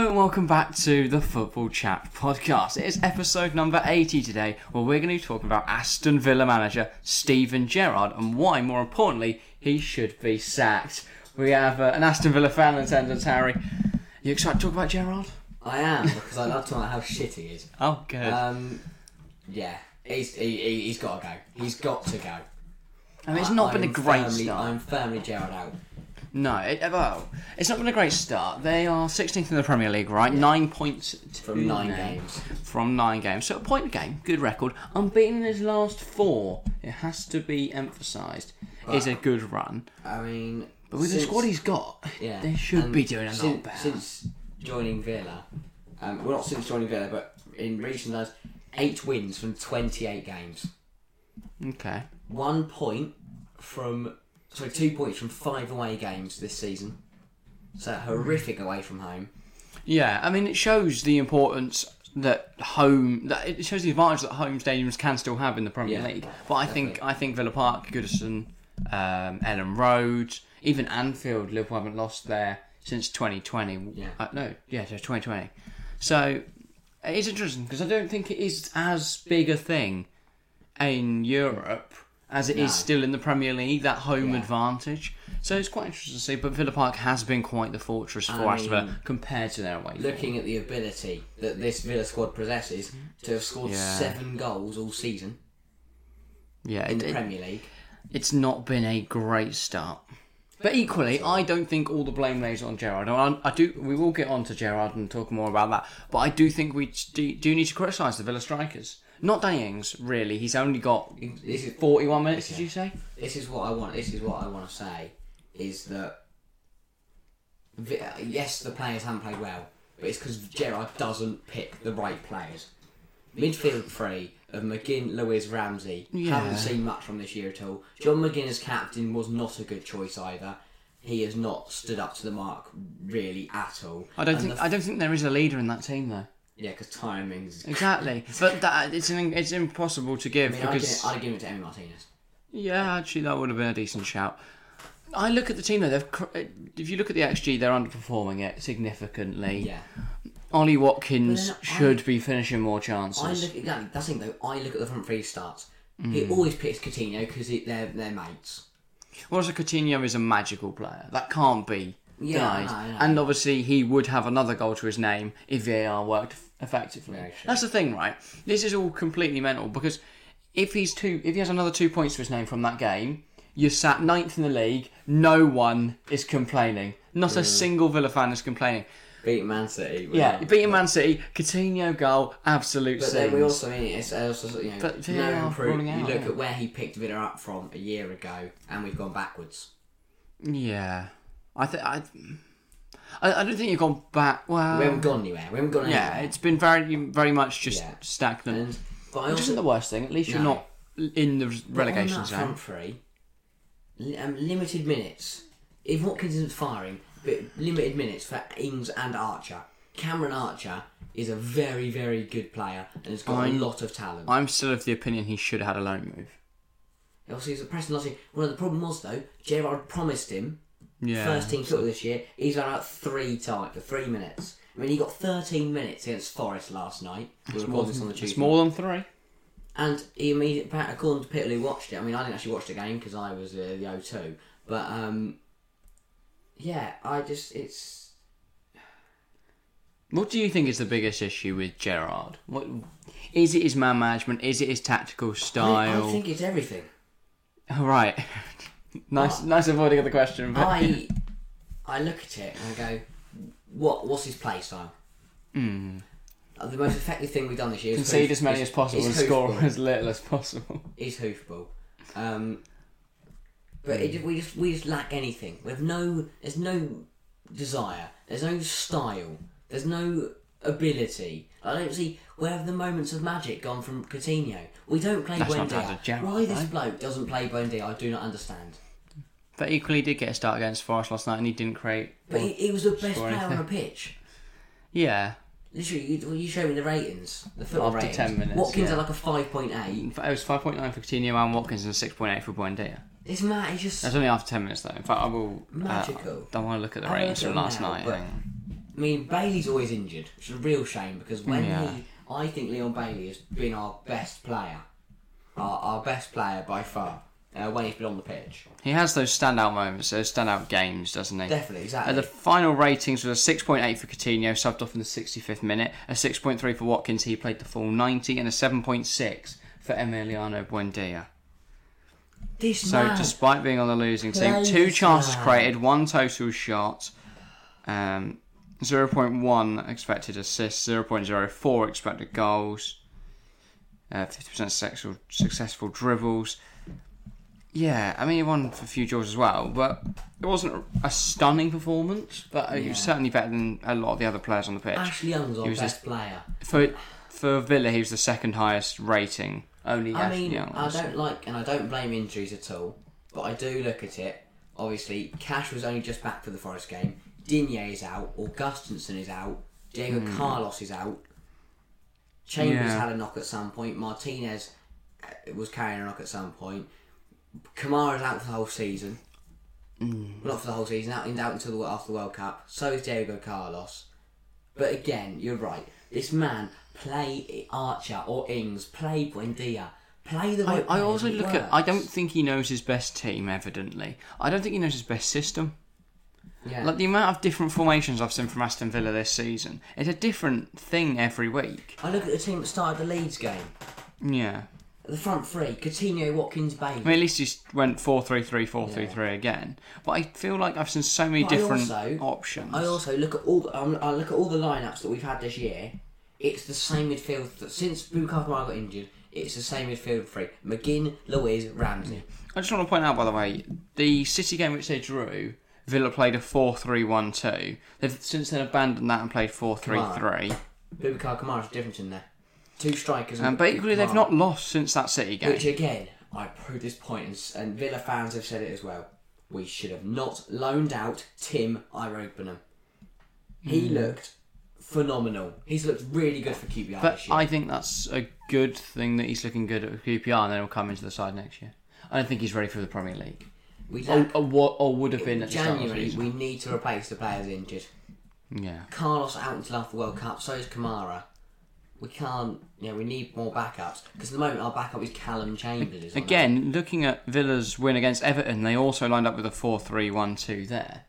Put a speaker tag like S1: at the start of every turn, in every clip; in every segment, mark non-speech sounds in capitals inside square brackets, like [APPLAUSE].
S1: welcome back to the Football Chat podcast. It is episode number 80 today, where we're going to be talking about Aston Villa manager Steven Gerrard and why, more importantly, he should be sacked. We have uh, an Aston Villa fan in attendance, Harry. You excited to talk about Gerrard?
S2: I am because I love talking about how shit he is.
S1: Oh, good.
S2: Um, yeah, he's he, he- he's got to go. He's got to go.
S1: I mean, it's not
S2: I'm
S1: been a great
S2: firmly,
S1: start.
S2: I'm firmly Gerard out.
S1: No, it, uh, well, it's not been a great start. They are 16th in the Premier League, right? Nine points to
S2: From nine
S1: them.
S2: games.
S1: From nine games, so a point a game, good record. Unbeaten in his last four. It has to be emphasised. Is a good run,
S2: I mean,
S1: but with
S2: since-
S1: the squad he's got,
S2: yeah,
S1: they should
S2: and
S1: be doing a lot
S2: since,
S1: better.
S2: Since joining Villa, um, well, not since joining Villa, but in recent times, eight wins from twenty-eight games.
S1: okay,
S2: One point from sorry, two points from five away games this season. So horrific away from home.
S1: yeah. I mean, it shows the importance that home that it shows the advantage that home stadiums can still have in the Premier
S2: Yeah,
S1: League. But I think I think Villa Park, Goodison, um, Ellen Road, even Anfield, Liverpool haven't lost there since 2020.
S2: Yeah.
S1: Uh, no, yeah, so 2020. So it's interesting because I don't think it is as big a thing in Europe as it is
S2: No.
S1: still in the Premier League. That home
S2: Yeah.
S1: advantage. So it's quite interesting to see. But Villa Park has been quite the fortress for
S2: I
S1: Aston Villa compared to their away. form.
S2: looking at the ability that this Villa squad possesses to have scored
S1: Yeah.
S2: seven goals all season
S1: yeah,
S2: in
S1: it-
S2: the
S1: it-
S2: Premier League.
S1: it's not been a great start. But equally, I don't think all the blame lays on Gerard. I, I do. We will get on to Gerard and talk more about that. But I do think we do, do need to criticise the Villa strikers. Not Day Ings, really. He's only got
S2: This is
S1: forty-one minutes. Did you say?
S2: this is what I want. This is what I want to say is that Vi- yes, the players haven't played well, but it's because Gerard doesn't pick the right players. Midfield three of McGinn, Lewis, Ramsey
S1: Yeah.
S2: haven't seen much from this year at all. John McGinn as captain was not a good choice either. He has not stood up to the mark really at all.
S1: I don't
S2: And
S1: think.
S2: the-
S1: I don't think there is a leader in that team though.
S2: yeah, because
S1: [LAUGHS]
S2: timings.
S1: Exactly. but that it's an, it's impossible to give
S2: I mean,
S1: because
S2: I'd, give, I'd give it to Emmy Martinez.
S1: Yeah, actually, that would have been a decent shout. I look at the team though. They've, cr- if you look at the XG, they're underperforming it significantly.
S2: Yeah.
S1: Ollie Watkins
S2: But then I-
S1: should be finishing more
S2: I
S1: chances.
S2: look exactly. That's the thing though. I look at the front three starts. He
S1: Mm.
S2: always picks Coutinho because they're they're mates.
S1: Well, also, Coutinho is a magical player. That can't be
S2: Yeah,
S1: denied.
S2: I know.
S1: And obviously, he would have another goal to his name if VAR worked f- effectively.
S2: Very true.
S1: That's the thing, right? This is all completely mental because if he's two, if he has another two points to his name from that game, you're sat ninth in the league. No one is complaining. Not a single Villa fan is complaining.
S2: Beat Man City.
S1: Yeah, you beat Man City, Coutinho goal, absolute
S2: But then we also mean it's also you know
S1: But they
S2: no
S1: are
S2: improve.
S1: running
S2: You
S1: out,
S2: look
S1: yeah.
S2: at where he picked Villa up from a year ago, and we've gone backwards.
S1: yeah, I think I, I I don't think you've gone back. Well,
S2: We haven't gone anywhere. We haven't gone
S1: Um, yeah,
S2: anywhere.
S1: it's been very very much just
S2: Yeah.
S1: stagnant.
S2: And, but I
S1: Which
S2: also
S1: isn't the worst thing. At least you're
S2: No.
S1: not in the relegation
S2: on that
S1: zone.
S2: front three, li- um, limited minutes. If Watkins isn't firing, but limited minutes for Ings and Archer. Cameron Archer is a very, very good player and has got
S1: I'm-
S2: a lot of talent.
S1: I'm still of the opinion he should have had a loan move.
S2: Obviously, he's a Preston Lottie. One of the problem was though, Gerard promised him
S1: Yeah.
S2: first team football this year. He's run out three times for three minutes. I mean, he got 13 minutes against Forest last night. We
S1: more
S2: recorded this on the
S1: it's
S2: Tuesday.
S1: more than three.
S2: And he immediately, according to Peter who watched it. I mean, I didn't actually watch the game because I was uh, the O2. But um, yeah, I just it's
S1: What do you think is the biggest issue with Gerard? What is it? His man management? Is it his tactical
S2: I,
S1: style?
S2: I think it's everything.
S1: All [LAUGHS] right. nice, nice avoiding of the question. [LAUGHS] But
S2: I I look at it and I go, what what's his play style? Uh, The most effective thing we've done this year is
S1: Mm. concede
S2: hoof-
S1: as many
S2: is-
S1: as possible
S2: is
S1: and score
S2: hoofball.
S1: as little as possible.
S2: is hoofball. Um, but
S1: Hmm.
S2: it, we just we just lack anything. We have no. There's no desire. There's no style. There's no ability. I don't see where have the moments of magic gone from Coutinho. We don't play
S1: That's not down to
S2: Buendia.
S1: Gerrard,
S2: Why this
S1: though.
S2: bloke doesn't play Buendia, I do not understand.
S1: But equally, he did get a start against Forest last night, and he didn't create.
S2: But he, he was the best
S1: score
S2: player on the
S1: anything.
S2: pitch.
S1: Yeah,
S2: Literally, you, you show me the ratings, the football
S1: After
S2: ratings.
S1: 10 minutes,
S2: Watkins
S1: yeah.
S2: are like a five point eight.
S1: In fact, it was five point nine for Coutinho and Watkins, and six point eight for Buendia.
S2: It's mad. It's just
S1: That's only after ten minutes, though. In fact, I will.
S2: Magical.
S1: Uh, I want to look at the
S2: Have a
S1: ratings
S2: look
S1: from
S2: at
S1: last
S2: them now,
S1: night.
S2: but-
S1: hang on.
S2: I mean, Bailey's always injured, which is a real shame because when
S1: Yeah.
S2: he, I think Leon Bailey has been our best player, our, our best player by far uh, when he's been on the pitch.
S1: He has those standout moments, those standout games, doesn't he? Uh,
S2: Definitely, exactly.
S1: the final ratings was a 6.8 for Coutinho, subbed off in the 65th minute, a 6.3 for Watkins, he played the full 90, and a 7.6 for Emiliano Buendia.
S2: this
S1: So,
S2: man,
S1: despite being on the losing team,
S2: Plays
S1: two chances
S2: well.
S1: created, one total shot, um, 0.1 expected assists, 0.04 expected goals, uh, 50% sexual, successful dribbles. Yeah, I mean, he won for a few draws as well, but it wasn't a stunning performance, but it was
S2: Yeah.
S1: certainly better than a lot of the other players on the pitch.
S2: Ashley Young's our
S1: he was
S2: best player.
S1: For for Villa, he was the second highest rating. Only
S2: I
S1: Ashley
S2: mean,
S1: Young
S2: I
S1: was.
S2: don't like, and I don't blame injuries at all, but I do look at it. Obviously, Cash was only just back for the Forest game. Digne is out. Augustinson is out. Diego Carlos is out. Chambers
S1: Yeah.
S2: had a knock at some point. Martinez uh, was carrying a knock at some point. Kamara's out for the whole season. Well, Not for the whole season. Out, out until the, after the World Cup. So is Diego Carlos. But again, you're right. This man play Archer or Ings, play Buendia, play the.
S1: I,
S2: right
S1: I
S2: players,
S1: also
S2: it
S1: look
S2: works.
S1: at. I don't think he knows his best team. Evidently, I don't think he knows his best system.
S2: Yeah.
S1: Like the amount of different formations I've seen from Aston Villa this season, it's a different thing every week.
S2: I look at the team that started the Leeds game.
S1: Yeah,
S2: The front three: Coutinho, Watkins, Bailey.
S1: I mean at least he s- went four three three four three three again. But I feel like I've seen so many
S2: But I
S1: different
S2: also-
S1: options.
S2: I also look at all. The, um, I look at all the lineups that we've had this year. It's the same midfield that since Bukayo got injured. It's the same midfield three: McGinn, Louise, Ramsey.
S1: I just want to point out, by the way, the City game which they drew, Villa played a 4 3 1 2. They've since then abandoned that and played 4 3 3.
S2: Bukayo Kamara's a difference in there. Two strikers.
S1: Um, but equally, they've
S2: Kamara.
S1: not lost since that City game.
S2: Which again, I prove this point, and, s- and Villa fans have said it as well. We should have not loaned out Tim Iropenham. He
S1: Hmm.
S2: looked phenomenal. He's looked really good for QPR
S1: But
S2: this year.
S1: I think that's a good thing that he's looking good at QPR and then he'll come into the side next year. I don't think he's ready for the Premier League.
S2: we
S1: Or,
S2: lack-
S1: or, what- or would have been at the start of the
S2: January,
S1: season.
S2: we need to replace the players injured.
S1: Yeah.
S2: Carlos out until after the World Cup. So is Kamara. We can't. You know, we need more backups because at the moment our backup is Callum Chambers. isn't it?
S1: Again, looking at Villa's win against Everton, they also lined up with a 4 3 1 2 there.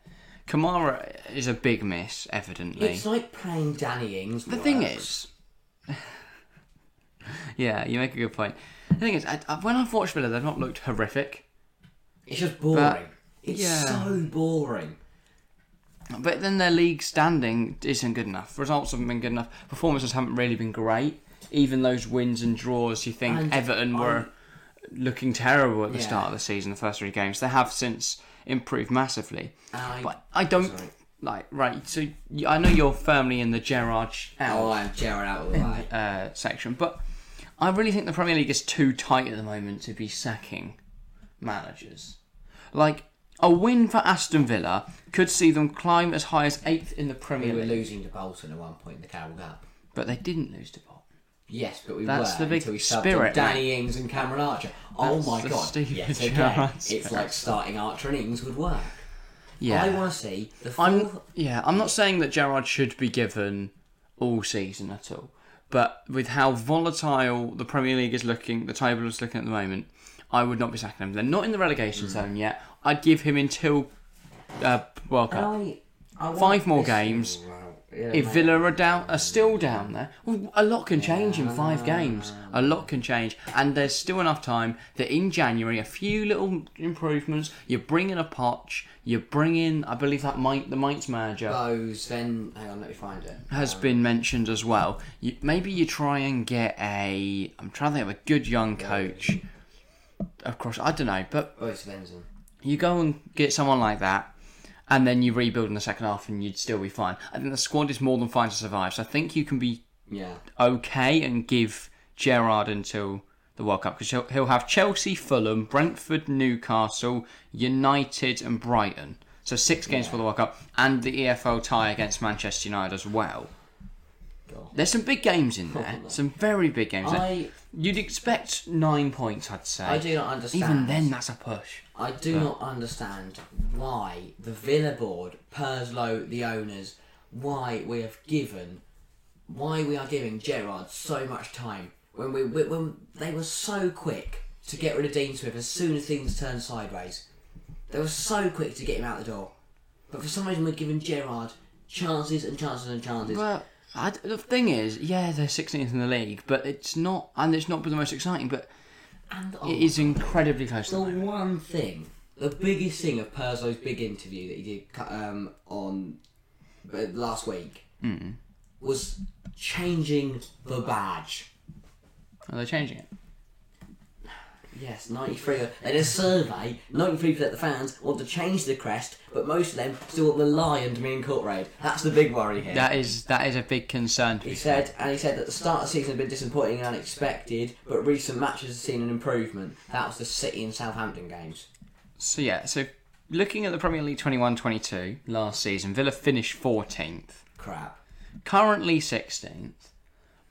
S1: Kamara is a big miss, evidently.
S2: it's like playing Danny Ings.
S1: The thing is, [LAUGHS] yeah, you make a good point. The thing is, I, I, when I've watched Villa, they've not looked horrific.
S2: it's just boring.
S1: But-
S2: it's
S1: yeah.
S2: so boring.
S1: But then their league standing isn't good enough. Results haven't been good enough. Performances haven't really been great. Even those wins and draws, you think
S2: And
S1: Everton were looking terrible at the
S2: Yeah.
S1: start of the season, the first three games. They have since improved massively.
S2: I-
S1: But I don't
S2: sorry.
S1: like right. So you- I know you're firmly in the Gerard out
S2: Oh, I'm Gerard out of the way.
S1: uh, section. But I really think the Premier League is too tight at the moment to be sacking managers. Like a win for Aston Villa could see them climb as high as eighth in the
S2: We
S1: Premier
S2: were
S1: League,
S2: losing to Bolton at one point in the Carroll Cup.
S1: but they didn't lose to Bolton.
S2: Yes, but we
S1: That's
S2: were
S1: the big
S2: until we subbed
S1: spirit,
S2: in Danny Ings and Cameron Archer. Oh
S1: That's
S2: my
S1: the
S2: god!
S1: Stephen
S2: Yes,
S1: Gerrard
S2: again, it's like starting Archer and Ings would work. I
S1: Yeah,
S2: want to see the
S1: I'm.
S2: full.
S1: Yeah, I'm not saying that Gerard should be given all season at all, but with how volatile the Premier League is looking, the table is looking at the moment, I would not be sacking him. They're not in the relegation zone yet. I'd give him until uh, World Cup.
S2: I, I want
S1: Five more
S2: this-
S1: games.
S2: Wow. Yeah,
S1: If
S2: mate.
S1: Villa are down, are still down there, well, a lot can change in five games. A lot can change, and there's still enough time that in January, a few little improvements. You bring in a Poch, you bring in, I believe that Mike, the Mainz manager
S2: Those Oh, then, hang on, let me find it.
S1: has been mentioned as well. You, maybe you try and get a, I'm trying to think of a good young coach. Of course, I don't know, but
S2: Oh, it's Svensson.
S1: you go and get someone like that, and then you rebuild in the second half, and you'd still be fine. I think the squad is more than fine to survive. So I think you can be
S2: Yeah.
S1: okay and give Gerard until the World Cup because he'll, he'll have Chelsea, Fulham, Brentford, Newcastle, United, and Brighton. So six games for the World Cup and the EFL tie against Manchester United as well.
S2: God.
S1: There's some big games in [LAUGHS] there. Some very big games. there.
S2: I
S1: You'd expect nine points, I'd say.
S2: I do not understand.
S1: Even then, that's a push.
S2: I do not understand why the Villa board, Perslow, the owners, why we have given, why we are giving Gerard so much time when we when- when they were so quick to get rid of Dean Smith as soon as things turned sideways. They were so quick to get him out the door, but for some reason we're giving Gerard chances and chances and chances.
S1: But I d the thing is, yeah, they're 16th in the league, but it's not, and it's not the most exciting, but
S2: and
S1: it is incredibly close.
S2: the
S1: To them.
S2: one thing, the biggest thing of Perzo's big interview that he did cu- um, on uh, last week
S1: Mm.
S2: was changing the badge.
S1: Are they changing it?
S2: Yes, 93. In a survey, 93% of the fans want to change the crest, but most of them still want the lion to be incorporated. That's the big worry here.
S1: That is that is a big concern. To
S2: He
S1: be.
S2: said, and he said that the start of the season had been disappointing and unexpected, but recent matches have seen an improvement. That was the City and Southampton games.
S1: So yeah, so looking at the Premier League 21-22 last season, Villa finished 14th.
S2: Crap.
S1: currently 16th,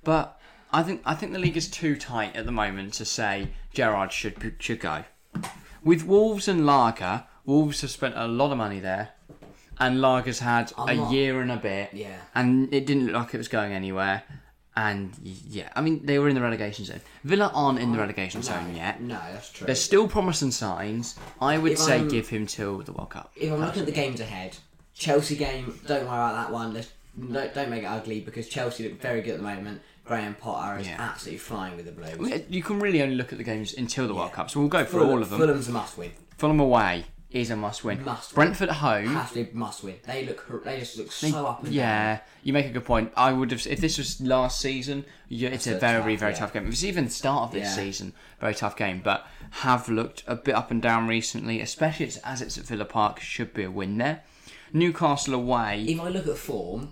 S1: but I think I think the league is too tight at the moment to say Gerard should should go. With Wolves and Lager, Wolves have spent a lot of money there, and Lager's had a
S2: lot.
S1: year and a bit,
S2: Yeah.
S1: and it didn't look like it was going anywhere. And yeah, I mean they were in the relegation zone. Villa aren't in the relegation zone yet.
S2: No, that's true.
S1: There's still promising signs. I would
S2: If
S1: say
S2: I'm-
S1: give him till the World Cup.
S2: if I'm looking at the games ahead, Chelsea game, don't worry about that one. Let's, don't, don't make it ugly because Chelsea look very good at the moment. Graham Potter is
S1: Yeah.
S2: absolutely flying with the Blues.
S1: You can really only look at the games until the World Cup, so we'll go through
S2: Fulham-
S1: all of them.
S2: Fulham's a must win.
S1: Fulham away is a must win.
S2: Must win.
S1: Brentford at home.
S2: Absolutely must win. They look. hor- They just look so up. And down.
S1: Yeah, you make a good point. I would have if this was last season. Yeah, it's a
S2: a
S1: very
S2: tough,
S1: very
S2: yeah.
S1: tough game. If it's even the start of this
S2: Yeah.
S1: season, very tough game. But have looked a bit up and down recently, especially as- as it's at Villa Park. Should be a win there. Newcastle away.
S2: If I look at form,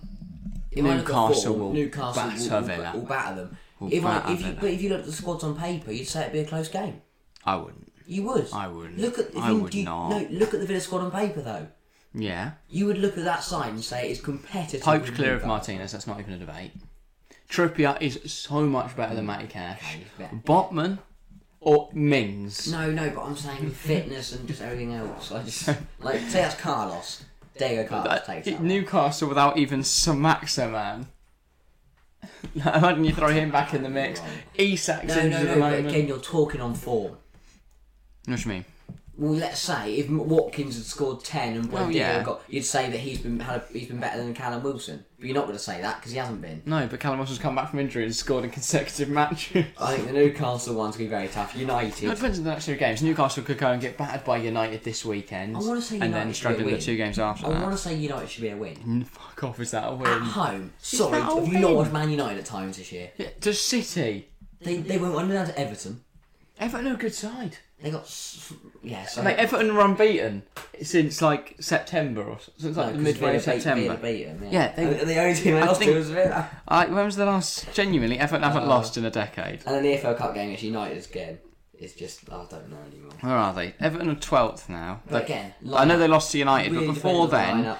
S2: if I look at
S1: Newcastle
S2: form,
S1: will
S2: Newcastle
S1: batter
S2: will, will,
S1: Villa.
S2: will batter them. if
S1: batter
S2: I, if you,
S1: Villa.
S2: but if you look at the squads on paper, you'd say it'd be a close game.
S1: I wouldn't.
S2: You would.
S1: I wouldn't.
S2: Look at. If
S1: I
S2: you,
S1: would
S2: do you-
S1: not.
S2: No, look at the Villa squad on paper though.
S1: Yeah.
S2: You would look at that side and say it's competitive.
S1: Pope's
S2: with
S1: clear of
S2: Newcastle.
S1: Martinez. That's not even a debate. Trippier is so much better than Matty Cash.
S2: he's better.
S1: Botman or Mings.
S2: No, no, but
S1: [LAUGHS]
S2: I'm saying fitness and just everything else. I just like say that's Carlos. Diego Carlos
S1: That-
S2: takes
S1: it-
S2: that.
S1: Uh, Newcastle without even Samaxa, man. [LAUGHS] Imagine you throw him back in the mix. Isak's
S2: no,
S1: injured
S2: no,
S1: at the
S2: no. But
S1: moment.
S2: again, you're talking on form.
S1: What do you mean?
S2: Well, let's say if M- Watkins had scored ten and Buendia
S1: Oh, yeah.
S2: got, you'd say that he's been had a, he's been better than Callum Wilson. But you're not going to say that because he hasn't been.
S1: No, but Callum Wilson's come back from injury and scored in consecutive matches. [LAUGHS]
S2: I think the Newcastle one's going to be very tough.
S1: It
S2: United.
S1: depends on the next two games. Newcastle could go and get battered by United this weekend,
S2: I wanna say
S1: and then
S2: United
S1: struggle in the
S2: win.
S1: two games after
S2: I Ah.
S1: that.
S2: want to say United should be a win.
S1: Mm, Fuck off! Is that a
S2: At
S1: win?
S2: home, sorry,
S1: that a
S2: I've
S1: win?
S2: ignored Man United at times this year.
S1: Yeah, to City,
S2: They they went under down to Everton.
S1: Everton are a good side.
S2: They got s- yeah. So
S1: Mate, Everton were unbeaten since like September or since like the
S2: No, 'cause
S1: midway
S2: Villa
S1: of
S2: beat-
S1: September.
S2: Villa beat 'em,
S1: Yeah,
S2: yeah.
S1: they-
S2: And the only team they
S1: I
S2: lost
S1: think-
S2: to was Villa.
S1: I, when was the last genuinely Everton
S2: Oh.
S1: haven't lost in a decade?
S2: And then the AFL Cup game against United again. It's just I don't know anymore.
S1: Where are they? Everton are twelfth now.
S2: But
S1: They-
S2: again,
S1: I know
S2: lineup.
S1: they lost to United,
S2: Really
S1: but
S2: depends
S1: before
S2: on the
S1: then,
S2: lineup.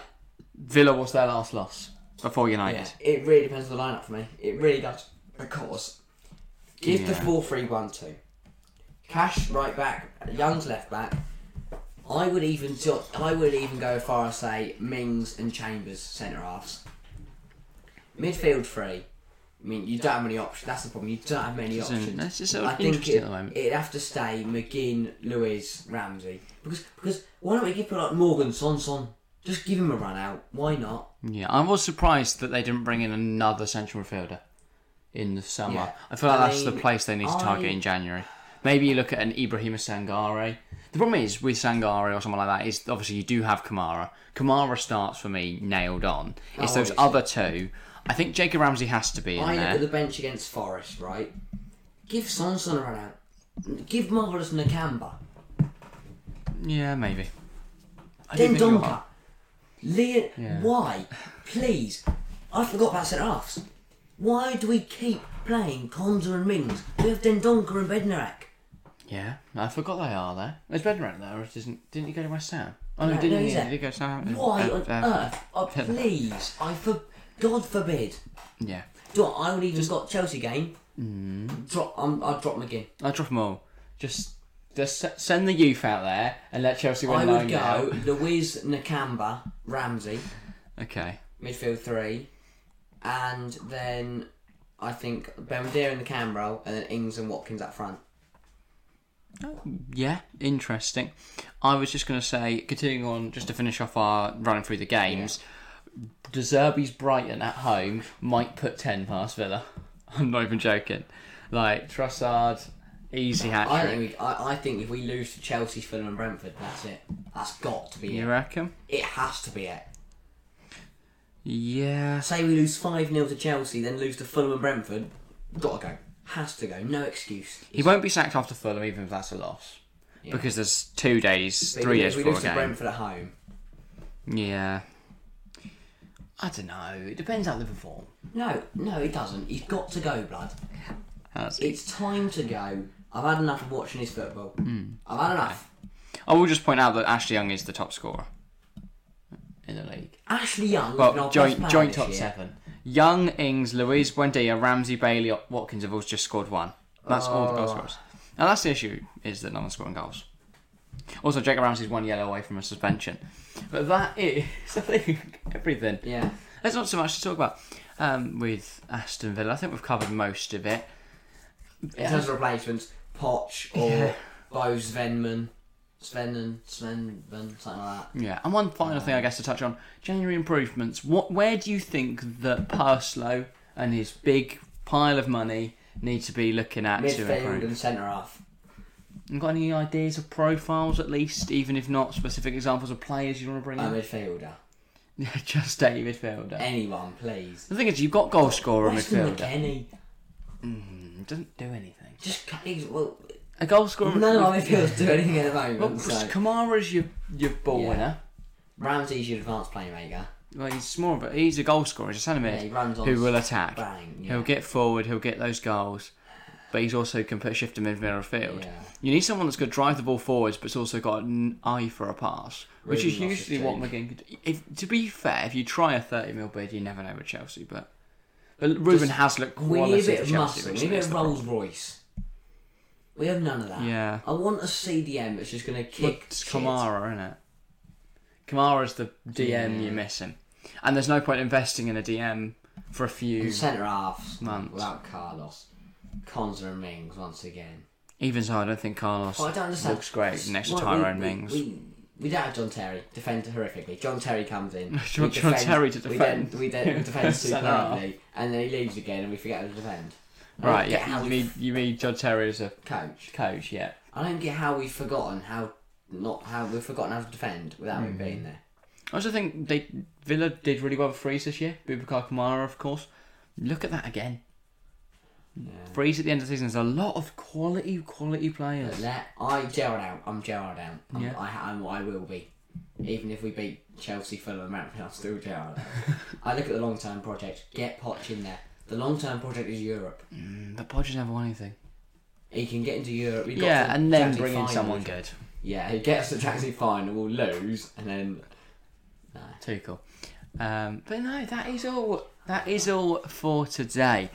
S1: Villa was their last loss. Before
S2: yeah,
S1: United,
S2: it really depends on the lineup for me. It really does because give the
S1: Yeah.
S2: four three one two. Cash right back, Young's left back. I would even jo- I would even go as far as say Mings and Chambers centre halves. Midfield three. I mean, you don't have many options. That's the problem. You don't have many
S1: Isn't-
S2: options.
S1: that's just sort of
S2: I think
S1: interesting at
S2: it,
S1: the moment.
S2: it'd have to stay McGinn, Lewis, Ramsey. Because because why don't we give people like Morgan Sonson? Just give him a run out. Why not?
S1: yeah. I was surprised that they didn't bring in another central midfielder in the summer.
S2: Yeah.
S1: I feel like
S2: I
S1: that's the
S2: mean,
S1: place they need to target
S2: I-
S1: in January. Maybe you look at an Ibrahima Sangare. The problem is with Sangare or someone like that is obviously you do have Kamara. Kamara starts for me nailed on. It's
S2: Oh,
S1: those
S2: obviously.
S1: other two. I think Jacob Ramsey has to be in
S2: I look
S1: there.
S2: at the bench against Forest, right? Give Sonson a run out. Give Marvelous Nakamba.
S1: Yeah, maybe. I do
S2: Then
S1: think you're right.
S2: Donka. Leon.
S1: Yeah.
S2: Why? Please. I forgot about centre halves. Why do we keep playing Konza and Mings? We have Dendonka and Bednarak.
S1: Yeah, I forgot they are there. Is Bednarak there, or isn't? Didn't he go to West Ham? Oh no,
S2: No,
S1: didn't
S2: no,
S1: he?
S2: he's
S1: Did
S2: there.
S1: he go to Southampton?
S2: Why
S1: Uh,
S2: on
S1: uh,
S2: earth? Oh, please. I for God forbid.
S1: Yeah,
S2: Do you know what, I would even got Chelsea game.
S1: Mm.
S2: Drop. Um, I'd drop McGinn.
S1: I drop them all. Just, just s- send the youth out there and let Chelsea win
S2: I
S1: nine
S2: would go Louise Nakamba Ramsey.
S1: Okay,
S2: midfield three, and then I think Belvedere in the cam roll, and then Ings and Watkins up front.
S1: Yeah, interesting. I was just going to say, continuing on, just to finish off our running through the games, De Zerbi's Brighton at home might put 10 past Villa. [LAUGHS] I'm not even joking. Like, Trussard, easy hat
S2: I
S1: trick.
S2: think we, I, I think if we lose to Chelsea, Fulham, and Brentford, that's it. That's got to be
S1: You
S2: it.
S1: reckon?
S2: It has to be it.
S1: Yeah.
S2: Say we lose five 0 to Chelsea, then lose to Fulham and Brentford. Gotta go. Has to go. No excuse.
S1: He won't be sacked after Fulham, even if that's a loss. Because there's two days,
S2: But
S1: three
S2: if
S1: days
S2: we
S1: before
S2: lose
S1: a
S2: to
S1: game.
S2: Brentford at home.
S1: Yeah. I don't know. It depends how they perform.
S2: No, no, it doesn't. He's got to go, blood.
S1: That's it.
S2: It's time to go. I've had enough of watching his football.
S1: Hmm.
S2: I've had enough.
S1: I will just point out that Ashley Young is the top scorer in the league.
S2: Ashley Young,
S1: Well,
S2: has been our
S1: joint-
S2: best player
S1: joint
S2: this
S1: top
S2: year.
S1: seven. Young, Ings, Louise, Buendia, Ramsey, Bailey, Watkins have all just scored one. That's all the goal scorers. Now that's the issue is that no one's scoring goals. Also, Jacob Ramsey's one yellow away from a suspension. But that is, [LAUGHS] I think, everything.
S2: Yeah.
S1: There's not so much to talk about um, with Aston Villa. I think we've covered most of it.
S2: In terms of replacements, Poch or Bo Svenman, Svenen, Svenven, something like that.
S1: Yeah, and one final thing I
S2: Um,
S1: guess to touch on: January improvements. What, where do you think that Parslow and his big pile of money need to be looking at to
S2: Midfield
S1: improve?
S2: and centre half.
S1: You Got any ideas of profiles at least, even if not specific examples of players you want to bring
S2: A
S1: in?
S2: midfielder.
S1: [LAUGHS] Yeah, just a
S2: um,
S1: midfielder.
S2: Anyone, please.
S1: The thing is, you've got goal scorer and
S2: Weston
S1: midfielder.
S2: McKennie.
S1: It doesn't do anything.
S2: Just he's, well,
S1: A goal scorer.
S2: none of our midfielders do anything at
S1: [LAUGHS]
S2: the
S1: Well,
S2: moment. So.
S1: Kamara's your your ball
S2: Yeah.
S1: winner.
S2: Ramsey's your advanced playmaker.
S1: Well, he's more of a, he's a goal scorer. He's a centre
S2: Yeah, he runs on.
S1: who will attack.
S2: Bang. Yeah.
S1: He'll get forward, he'll get those goals, but he's also can put shift him in middle field.
S2: Yeah.
S1: You need someone that's going to drive the ball forwards, but it's also got an eye for a pass, which is
S2: Really lost
S1: usually
S2: his
S1: what McGinn could. If to be fair, if you try a thirty mil bid, you never know with Chelsea, but. But Ruben has looked
S2: We
S1: quality
S2: need a
S1: for
S2: bit of
S1: Chelsea.
S2: muscle. We
S1: which
S2: need a bit
S1: is
S2: of
S1: the problem.
S2: Rolls Royce. We have none of that.
S1: Yeah.
S2: I want a CDM that's just going to kick.
S1: It's
S2: shit.
S1: Kamara, isn't it? Kamara's the DM you're missing, and there's no point investing in a DM for a few,
S2: And centre halves
S1: Months.
S2: without Carlos, Conza and Mings once again.
S1: even so, I don't think Carlos
S2: But Oh, I don't understand.
S1: looks great next to
S2: Why-
S1: Tyrone
S2: we,
S1: Mings.
S2: We, we, we don't have John Terry defend horrifically. John Terry comes in.
S1: [LAUGHS] John-
S2: we
S1: John Terry to
S2: We
S1: defend.
S2: then, we then
S1: [LAUGHS]
S2: we defend
S1: Centre half.
S2: superbly, and then he leaves again, and we forget how to defend. I don't
S1: Right,
S2: get
S1: yeah. You
S2: how we-
S1: mean you mean John Terry as a
S2: coach.
S1: coach, yeah.
S2: I don't get how we've forgotten how not how we've forgotten how to defend without
S1: Mm.
S2: him being there.
S1: I also think they Villa did really well with Freeze this year. Bubakar Kamara, of course. Look at that again. Freeze at the end of the season. There's a lot of quality, quality players.
S2: Let I Gerard out. I'm Gerard out. I'm,
S1: Yeah.
S2: I, I'm, I will be. Even if we beat Chelsea, Fulham, and Brentford, [LAUGHS] I'm still Gerard. out. I look at the long term project. Get Poch in there. The long term project is Europe.
S1: But Podger's never won anything.
S2: He can get into Europe. He got to
S1: Yeah,
S2: the
S1: and then
S2: Champions
S1: bring in
S2: final.
S1: someone good.
S2: Yeah, he gets to the Chelsea final, will lose, and then
S1: Too cool. Um, but no, that is all. That is all for today.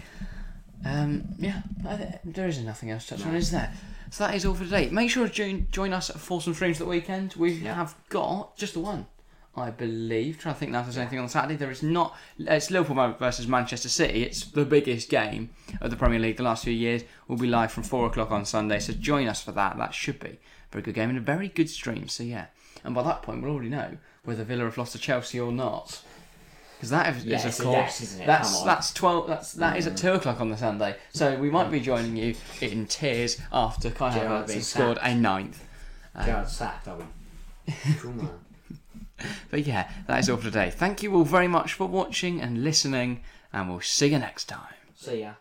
S1: Um, yeah, I th- there is nothing else to touch on, is there? So that is all for today. Make sure to join, join us for some streams the weekend. We have got just the one, I believe. Trying to think now if there's anything on Saturday. There is not. It's Liverpool versus Manchester City. It's the biggest game of the Premier League the last few years. We'll be live from four o'clock on Sunday, so join us for that. That should be a very good game and a very good stream. So yeah, and by that point we'll already know whether Villa have lost to Chelsea or not. Because that is,
S2: Yeah,
S1: is
S2: it's
S1: of
S2: a
S1: course
S2: yes, isn't it?
S1: that's
S2: Come on.
S1: that's twelve. That's that is at two o'clock on the Sunday. So we might be joining you in tears after Kai
S2: Gerrard
S1: Havertz
S2: being
S1: has scored a ninth.
S2: Gerard sacked. I will.
S1: [LAUGHS]
S2: Come on.
S1: But yeah, that is all for today. Thank you all very much for watching and listening, and we'll see you next time.
S2: See ya.